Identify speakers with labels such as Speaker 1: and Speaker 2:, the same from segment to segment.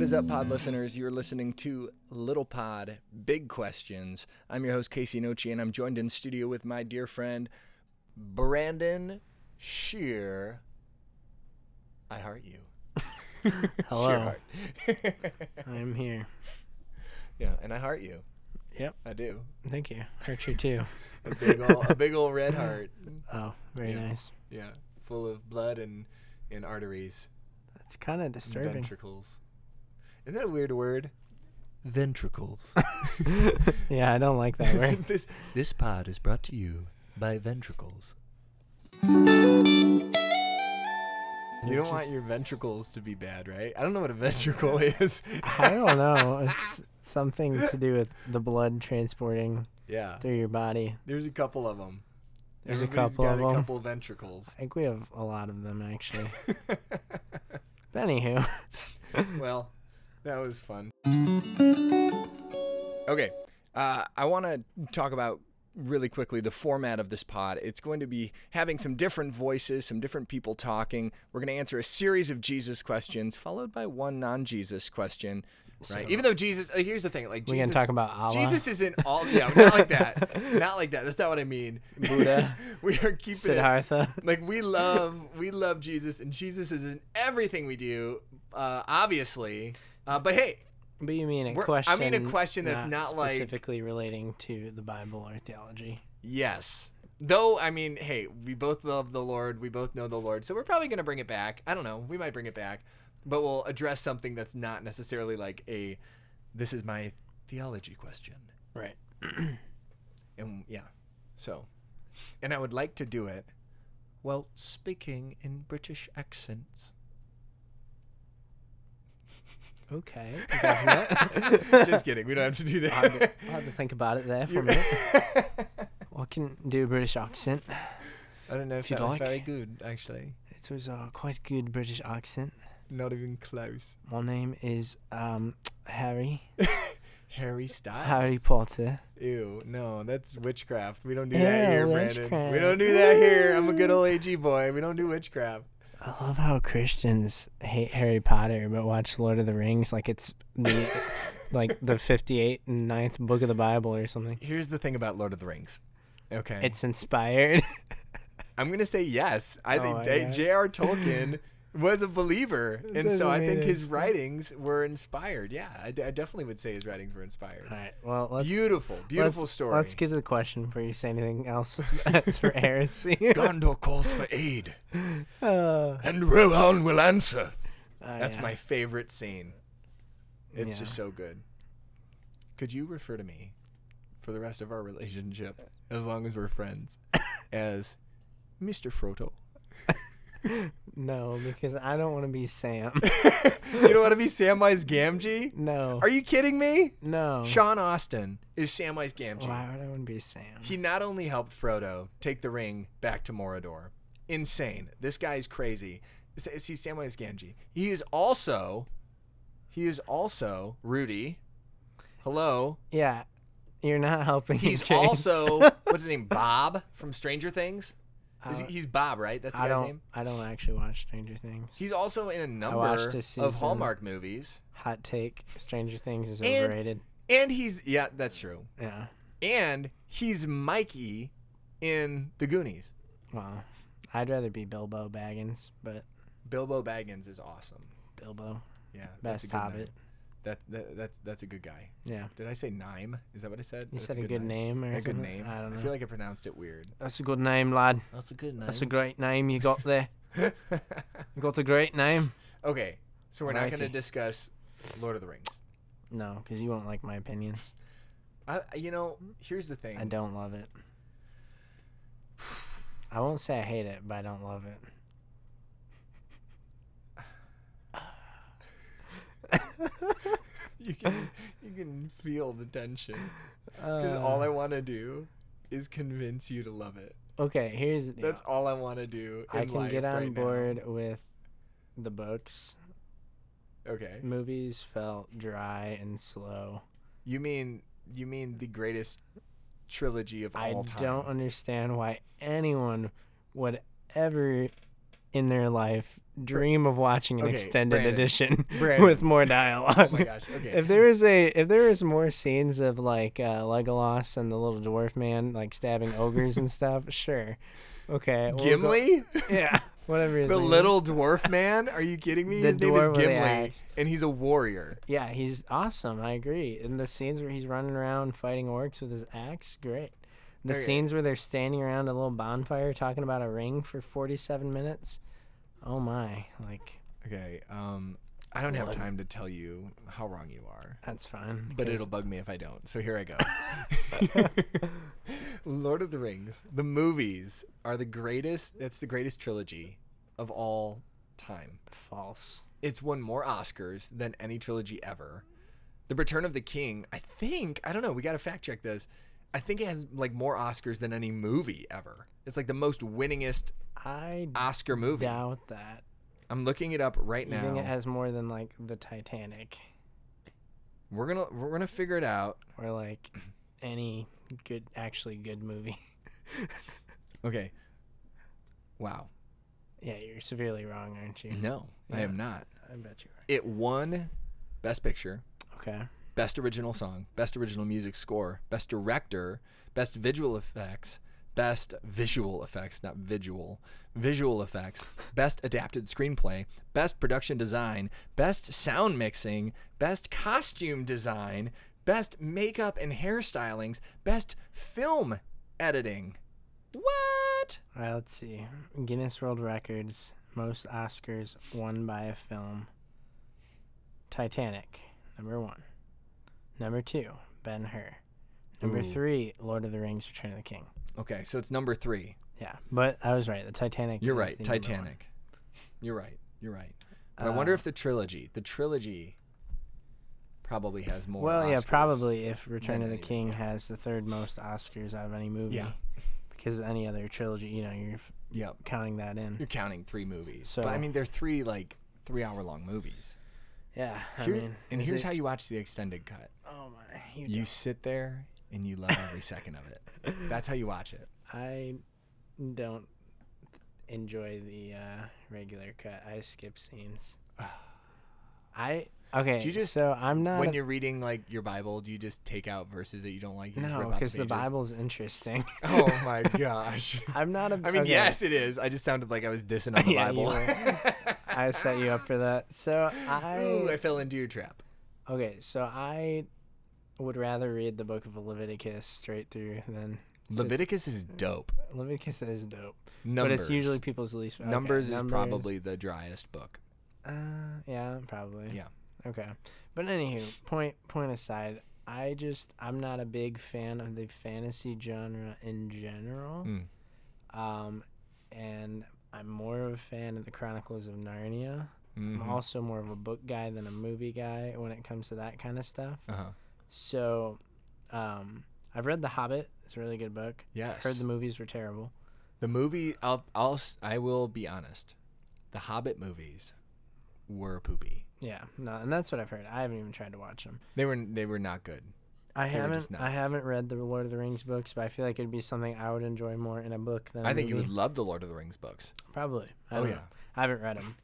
Speaker 1: is up, pod listeners? You're listening to Little Pod Big Questions. I'm your host, Casey Noci, and I'm joined in studio with my dear friend, Brandon Shear. I heart you.
Speaker 2: Hello,
Speaker 1: Shearhart.
Speaker 2: I'm here.
Speaker 1: Yeah, and I heart you.
Speaker 2: Yep,
Speaker 1: I do.
Speaker 2: thank you. Hurt you too.
Speaker 1: A big ol' a big old red heart.
Speaker 2: Oh, very
Speaker 1: Yeah.
Speaker 2: nice.
Speaker 1: Yeah, full of blood and and arteries,
Speaker 2: That's kind of disturbing.
Speaker 1: ventricles. Isn't that a weird word? Ventricles.
Speaker 2: Yeah, I don't like that word.
Speaker 1: this this pod is brought to you by ventricles. You don't want
Speaker 2: Just-
Speaker 1: your ventricles to be bad, right? I don't know what a ventricle is.
Speaker 2: I don't know. It's something to do with the blood transporting
Speaker 1: Yeah,
Speaker 2: through your body.
Speaker 1: there's a couple of them.
Speaker 2: There's a couple
Speaker 1: got
Speaker 2: of
Speaker 1: a
Speaker 2: them.
Speaker 1: couple ventricles.
Speaker 2: I think we have a lot of them actually. but anywho,
Speaker 1: well, that was fun. Okay, uh, I want to talk about really quickly the format of this pod. It's going to be having some different voices, some different people talking. We're going to answer a series of Jesus questions, followed by one non-Jesus question. Right? Even though Jesus, like, here's the thing, like
Speaker 2: we
Speaker 1: Jesus,
Speaker 2: gonna talk about Allah.
Speaker 1: Jesus isn't all. Yeah, not like that. Not like that. That's not what I mean.
Speaker 2: Buddha.
Speaker 1: we are keeping it
Speaker 2: Siddhartha.
Speaker 1: like we love we love jesus and jesus is in everything we do uh obviously uh but hey
Speaker 2: But you mean a
Speaker 1: We're-
Speaker 2: question?
Speaker 1: I mean a question that's not, like-
Speaker 2: specifically relating to the Bible or theology.
Speaker 1: yes though i mean hey we both love the lord we both know the lord so we're probably gonna bring it back i don't know we might bring it back but we'll address something that's not necessarily like a this is my theology question
Speaker 2: Right.
Speaker 1: and yeah so and i would like to do it while speaking in british accents
Speaker 2: Okay.
Speaker 1: just kidding we don't have to do
Speaker 2: I'll have
Speaker 1: that
Speaker 2: to- I'll have to think about it there for a minute. I can do a British accent.
Speaker 1: I don't know if,
Speaker 2: If you'd
Speaker 1: that was
Speaker 2: like.
Speaker 1: very good, actually.
Speaker 2: It was a quite good British accent.
Speaker 1: Not even close.
Speaker 2: My name is um, Harry.
Speaker 1: Harry Styles.
Speaker 2: Harry Potter.
Speaker 1: Ew, no, that's witchcraft. We don't do that here,
Speaker 2: Ew,
Speaker 1: Brandon. We
Speaker 2: witchcraft.
Speaker 1: don't do that here. I'm a good old AG boy. We don't do witchcraft.
Speaker 2: I love how Christians hate Harry Potter but watch Lord of the Rings like it's the like the 58th and 9th book of the Bible or something.
Speaker 1: Here's the thing about Lord of the Rings. Okay.
Speaker 2: It's inspired.
Speaker 1: I'm going to say yes. I
Speaker 2: Oh,
Speaker 1: think
Speaker 2: I
Speaker 1: that
Speaker 2: know.
Speaker 1: J.R. Tolkien was a believer. And so
Speaker 2: doesn't
Speaker 1: I
Speaker 2: mean
Speaker 1: think his
Speaker 2: it's-
Speaker 1: writings were inspired. Yeah, I, d- I definitely would say his writings were inspired.
Speaker 2: All right. Well, let's
Speaker 1: beautiful, beautiful
Speaker 2: let's,
Speaker 1: story.
Speaker 2: Let's get to the question before you say anything else that's for heresy.
Speaker 1: Gondor calls for aid,
Speaker 2: Uh, oh,
Speaker 1: and Rohan will answer. That's
Speaker 2: yeah.
Speaker 1: my favorite scene. It's
Speaker 2: Yeah.
Speaker 1: just so good. Could you refer to me for the rest of our relationship, as long as we're friends, as Mr. Frodo?
Speaker 2: No, because I don't want to be Sam.
Speaker 1: You don't want to be Samwise Gamgee?
Speaker 2: No.
Speaker 1: Are you kidding me?
Speaker 2: no.
Speaker 1: Sean Austin is Samwise Gamgee.
Speaker 2: Why would I want to be Sam?
Speaker 1: He not only helped Frodo take the ring back to Morador. Insane. This guy is crazy. S- See Samwise Gamgee. He is also, he is also Rudy. Hello,
Speaker 2: Yeah, you're not helping.
Speaker 1: He's
Speaker 2: James.
Speaker 1: also what's his name? Bob from Stranger Things. Is he,
Speaker 2: Uh,
Speaker 1: he's Bob, right? That's the
Speaker 2: I
Speaker 1: guy's
Speaker 2: don't.
Speaker 1: name.
Speaker 2: I don't actually watch Stranger Things.
Speaker 1: He's also in a number
Speaker 2: watched a season.
Speaker 1: of Hallmark movies,
Speaker 2: Hot take: Stranger Things is
Speaker 1: And-
Speaker 2: overrated.
Speaker 1: and he's yeah, that's true.
Speaker 2: Yeah.
Speaker 1: And he's Mikey in The Goonies.
Speaker 2: Wow. I'd rather be Bilbo Baggins, but
Speaker 1: Bilbo Baggins is awesome.
Speaker 2: Bilbo,
Speaker 1: Yeah, that's a
Speaker 2: best
Speaker 1: good
Speaker 2: Hobbit.
Speaker 1: name. That, that that's that's a good guy.
Speaker 2: Yeah. You
Speaker 1: Did I say Nime? Is that what I said? That's
Speaker 2: said a good name, or
Speaker 1: A good
Speaker 2: something?
Speaker 1: name.
Speaker 2: I don't know.
Speaker 1: feel like I pronounced it weird.
Speaker 2: That's a good name, lad.
Speaker 1: That's a good name.
Speaker 2: That's a great name you got there. You got a great name.
Speaker 1: okay, so we're not going to
Speaker 2: Righty.
Speaker 1: discuss Lord of the Rings.
Speaker 2: No, because you won't like my opinions.
Speaker 1: I, you know, here's the thing.
Speaker 2: I don't love it. I won't say I hate it, but I don't love it.
Speaker 1: You can you can feel the tension
Speaker 2: Uh,
Speaker 1: because all I want to do is convince you to love it.
Speaker 2: Okay, here's the deal.
Speaker 1: That's all I want to do. In
Speaker 2: I can
Speaker 1: life
Speaker 2: get on
Speaker 1: right now.
Speaker 2: board with the books.
Speaker 1: Okay,
Speaker 2: Movies felt dry and slow.
Speaker 1: you mean you mean the greatest trilogy of
Speaker 2: I
Speaker 1: all time?
Speaker 2: don't understand why anyone would ever in their life dream of watching an
Speaker 1: Okay,
Speaker 2: extended
Speaker 1: Brandon.
Speaker 2: edition
Speaker 1: Brandon.
Speaker 2: with more dialogue.
Speaker 1: Oh my gosh, okay.
Speaker 2: If there is a if there is more scenes of like uh, Legolas and the little dwarf man like stabbing ogres and stuff, sure. Okay. we'll go-
Speaker 1: Gimli?
Speaker 2: yeah. Whatever his
Speaker 1: The
Speaker 2: name is.
Speaker 1: little dwarf man? Are you kidding me?
Speaker 2: The
Speaker 1: His name is
Speaker 2: dwarf with the
Speaker 1: Gimli,
Speaker 2: axe.
Speaker 1: and he's a warrior.
Speaker 2: Yeah, he's awesome. I agree. And the scenes where he's running around fighting orcs with his axe, great. The
Speaker 1: Okay.
Speaker 2: scenes where they're standing around a little bonfire talking about a ring for 47 minutes. Oh my. Like,
Speaker 1: Okay, um, I don't have
Speaker 2: What?
Speaker 1: time to tell you how wrong you are,
Speaker 2: that's fine.
Speaker 1: but
Speaker 2: 'cause-
Speaker 1: it'll bug me if I don't. So here I go. Lord of the Rings, the movies are the greatest. That's the greatest trilogy of all time.
Speaker 2: False.
Speaker 1: It's won more Oscars than any trilogy ever. The Return of the King, I think, I don't know, we got to fact check this. I think it has like more Oscars than any movie ever. It's like the most winningest
Speaker 2: I
Speaker 1: Oscar movie.
Speaker 2: doubt that.
Speaker 1: I'm looking it up right
Speaker 2: You think
Speaker 1: now.
Speaker 2: it has more than, like, the Titanic
Speaker 1: we're going to we're going to figure it out.
Speaker 2: or, like, any good, actually good movie?
Speaker 1: Okay. Wow.
Speaker 2: yeah, you're severely wrong, aren't you?
Speaker 1: No, I am not.
Speaker 2: I bet you are.
Speaker 1: It won Best Picture,
Speaker 2: Okay.
Speaker 1: Best Original Song, Best Original Music Score, Best Director, Best Visual Effects, Best Visual Effects, not visual, visual effects, Best Adapted Screenplay, Best Production Design, Best Sound Mixing, Best Costume Design, Best Makeup and Hairstylings, Best Film Editing. What?
Speaker 2: All right, let's see. Guinness World Records, most Oscars won by a film. Titanic, number one. Number two, Ben Hur. Number
Speaker 1: Ooh.
Speaker 2: three, Lord of the Rings, Return of the King.
Speaker 1: Okay, so it's number three.
Speaker 2: Yeah, but I was right. The Titanic.
Speaker 1: You're
Speaker 2: is
Speaker 1: right,
Speaker 2: the number one.
Speaker 1: Titanic. You're right. You're right. But I wonder
Speaker 2: Uh,
Speaker 1: if the trilogy, the trilogy, probably has more.
Speaker 2: Well, yeah,
Speaker 1: Oscars.
Speaker 2: probably if Return of the
Speaker 1: anything,
Speaker 2: King has the third most Oscars out of any movie.
Speaker 1: Yeah.
Speaker 2: Because any other trilogy, you know, you're f-
Speaker 1: Yep.
Speaker 2: counting that in.
Speaker 1: You're counting three movies.
Speaker 2: So-
Speaker 1: but I mean, they're three like three-hour-long movies.
Speaker 2: Yeah, I
Speaker 1: Here-
Speaker 2: mean,
Speaker 1: and
Speaker 2: is
Speaker 1: here's
Speaker 2: it-
Speaker 1: how you watch the extended cut.
Speaker 2: Oh my, you,
Speaker 1: You
Speaker 2: don't-
Speaker 1: sit there and you love every second of it. That's how you watch it.
Speaker 2: I don't enjoy the uh, regular cut. I skip scenes. I okay.
Speaker 1: Do you just-
Speaker 2: so I'm not
Speaker 1: When you're reading like your Bible, do you just take out verses that you don't like? You just rip
Speaker 2: no
Speaker 1: out
Speaker 2: because the,
Speaker 1: pages?
Speaker 2: Bible's interesting.
Speaker 1: Oh my gosh.
Speaker 2: I'm not a.
Speaker 1: I mean,
Speaker 2: okay.
Speaker 1: yes, it is. I just sounded like I was dissing on the
Speaker 2: Yeah,
Speaker 1: Bible.
Speaker 2: you were. I set you up for that. So I
Speaker 1: Ooh, I fell into your trap.
Speaker 2: okay. So I would rather read the Book of Leviticus straight through than
Speaker 1: Leviticus is dope.
Speaker 2: Leviticus is dope,
Speaker 1: Numbers.
Speaker 2: but it's usually people's least. okay,
Speaker 1: numbers, is probably the driest book.
Speaker 2: Uh, yeah, probably.
Speaker 1: Yeah.
Speaker 2: Okay. But anywho, point point aside, I just I'm not a big fan of the fantasy genre in general.
Speaker 1: Mm.
Speaker 2: Um, and I'm more of a fan of the Chronicles of Narnia. I'm
Speaker 1: Mhm.
Speaker 2: also more of a book guy than a movie guy when it comes to that kind of stuff.
Speaker 1: Uh-huh.
Speaker 2: So, um, I've read The Hobbit. It's a really good book.
Speaker 1: Yes.
Speaker 2: Heard the
Speaker 1: the,
Speaker 2: movies were terrible.
Speaker 1: movie. I'll, I'll. s- I will be honest. The Hobbit movies were poopy.
Speaker 2: Yeah, no, and that's what I've heard. I haven't even tried to watch them.
Speaker 1: They were. They were not good.
Speaker 2: I
Speaker 1: They were
Speaker 2: haven't
Speaker 1: just not.
Speaker 2: I haven't read the Lord of the Rings books, but I feel like it'd be something I would enjoy more in a book than I
Speaker 1: I think you would love the Lord of the Rings books.
Speaker 2: probably. I
Speaker 1: Oh,
Speaker 2: don't
Speaker 1: yeah.
Speaker 2: know. I haven't read them,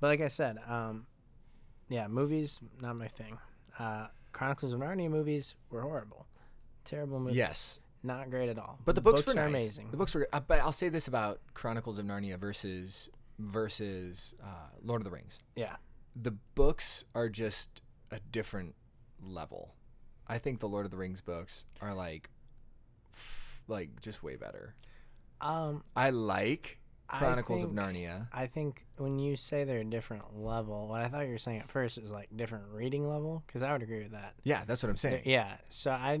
Speaker 2: but like I said, um, yeah, movies not my thing. Uh, Chronicles of Narnia movies were horrible, terrible movies,
Speaker 1: Yes,
Speaker 2: not great at all.
Speaker 1: but the books, were nice.
Speaker 2: are amazing.
Speaker 1: The books were. Uh, but I'll say this about Chronicles of Narnia versus versus uh, Lord of the Rings.
Speaker 2: yeah,
Speaker 1: the books are just a different level. I think the Lord of the Rings books are like, f- like just way better.
Speaker 2: um,
Speaker 1: I like
Speaker 2: I
Speaker 1: Chronicles
Speaker 2: think-
Speaker 1: of Narnia.
Speaker 2: I think when you say they're a different level, what I thought you were saying at first is like different reading level, because I would agree with that.
Speaker 1: Yeah, that's what I'm
Speaker 2: They're-
Speaker 1: saying.
Speaker 2: Yeah. So I,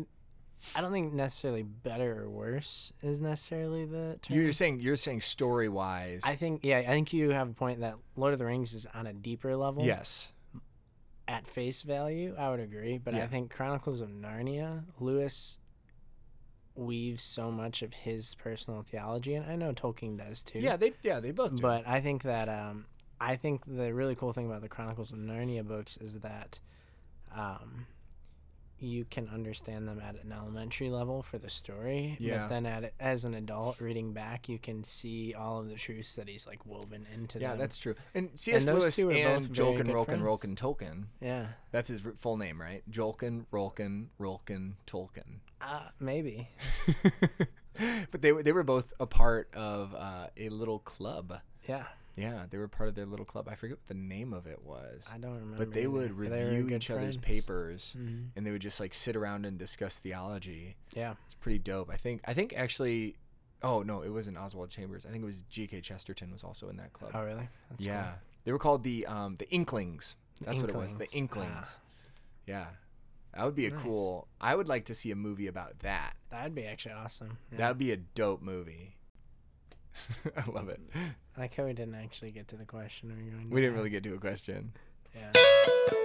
Speaker 2: I don't think necessarily better or worse is necessarily the term.
Speaker 1: You're saying you're saying story wise.
Speaker 2: I think yeah, I think you have a point that Lord of the Rings is on a deeper level.
Speaker 1: Yes.
Speaker 2: At face value, I would agree, but I
Speaker 1: Yeah.
Speaker 2: think Chronicles of Narnia, Lewis weaves so much of his personal theology, and I know Tolkien does too.
Speaker 1: Yeah, they yeah they both do.
Speaker 2: But I think that um, I think the really cool thing about the Chronicles of Narnia books is that um, you can understand them at an elementary level for the story,
Speaker 1: Yeah.
Speaker 2: but then at as an adult reading back, you can see all of the truths that he's like woven into
Speaker 1: Yeah,
Speaker 2: them.
Speaker 1: that's true. And C.S.
Speaker 2: those
Speaker 1: Lewis
Speaker 2: two are
Speaker 1: and
Speaker 2: both very
Speaker 1: Jolkin
Speaker 2: good
Speaker 1: Rolkin
Speaker 2: friends.
Speaker 1: Rolkin Tolkien.
Speaker 2: yeah,
Speaker 1: That's his r- full name, right? Jolkin Rolkin Rolkin Tolkien.
Speaker 2: uh, maybe.
Speaker 1: But they were they were both a part of uh, a little club.
Speaker 2: Yeah,
Speaker 1: Yeah, they were part of their little club. I forget what the name of it was.
Speaker 2: I don't remember.
Speaker 1: but they
Speaker 2: either,
Speaker 1: would
Speaker 2: but they were
Speaker 1: review
Speaker 2: good
Speaker 1: each other's
Speaker 2: friends.
Speaker 1: papers
Speaker 2: Mhm.
Speaker 1: and they would just like sit around and discuss theology.
Speaker 2: Yeah,
Speaker 1: It's pretty dope. I think I think actually oh no, it wasn't Oswald Chambers. I think it was G.K. Chesterton was also in that club.
Speaker 2: Oh, really? That's cool.
Speaker 1: yeah. They were called the um the Inklings. That's what it was. The
Speaker 2: Inklings.
Speaker 1: Inklings. Yeah. That would be a
Speaker 2: Nice.
Speaker 1: cool I would like to see a movie about that.
Speaker 2: Ah, That'd be actually awesome. Yeah.
Speaker 1: That'd be a dope movie. I love it.
Speaker 2: I like how we didn't actually get to the question we were going.
Speaker 1: We
Speaker 2: to
Speaker 1: didn't
Speaker 2: have.
Speaker 1: really get to a question.
Speaker 2: Yeah.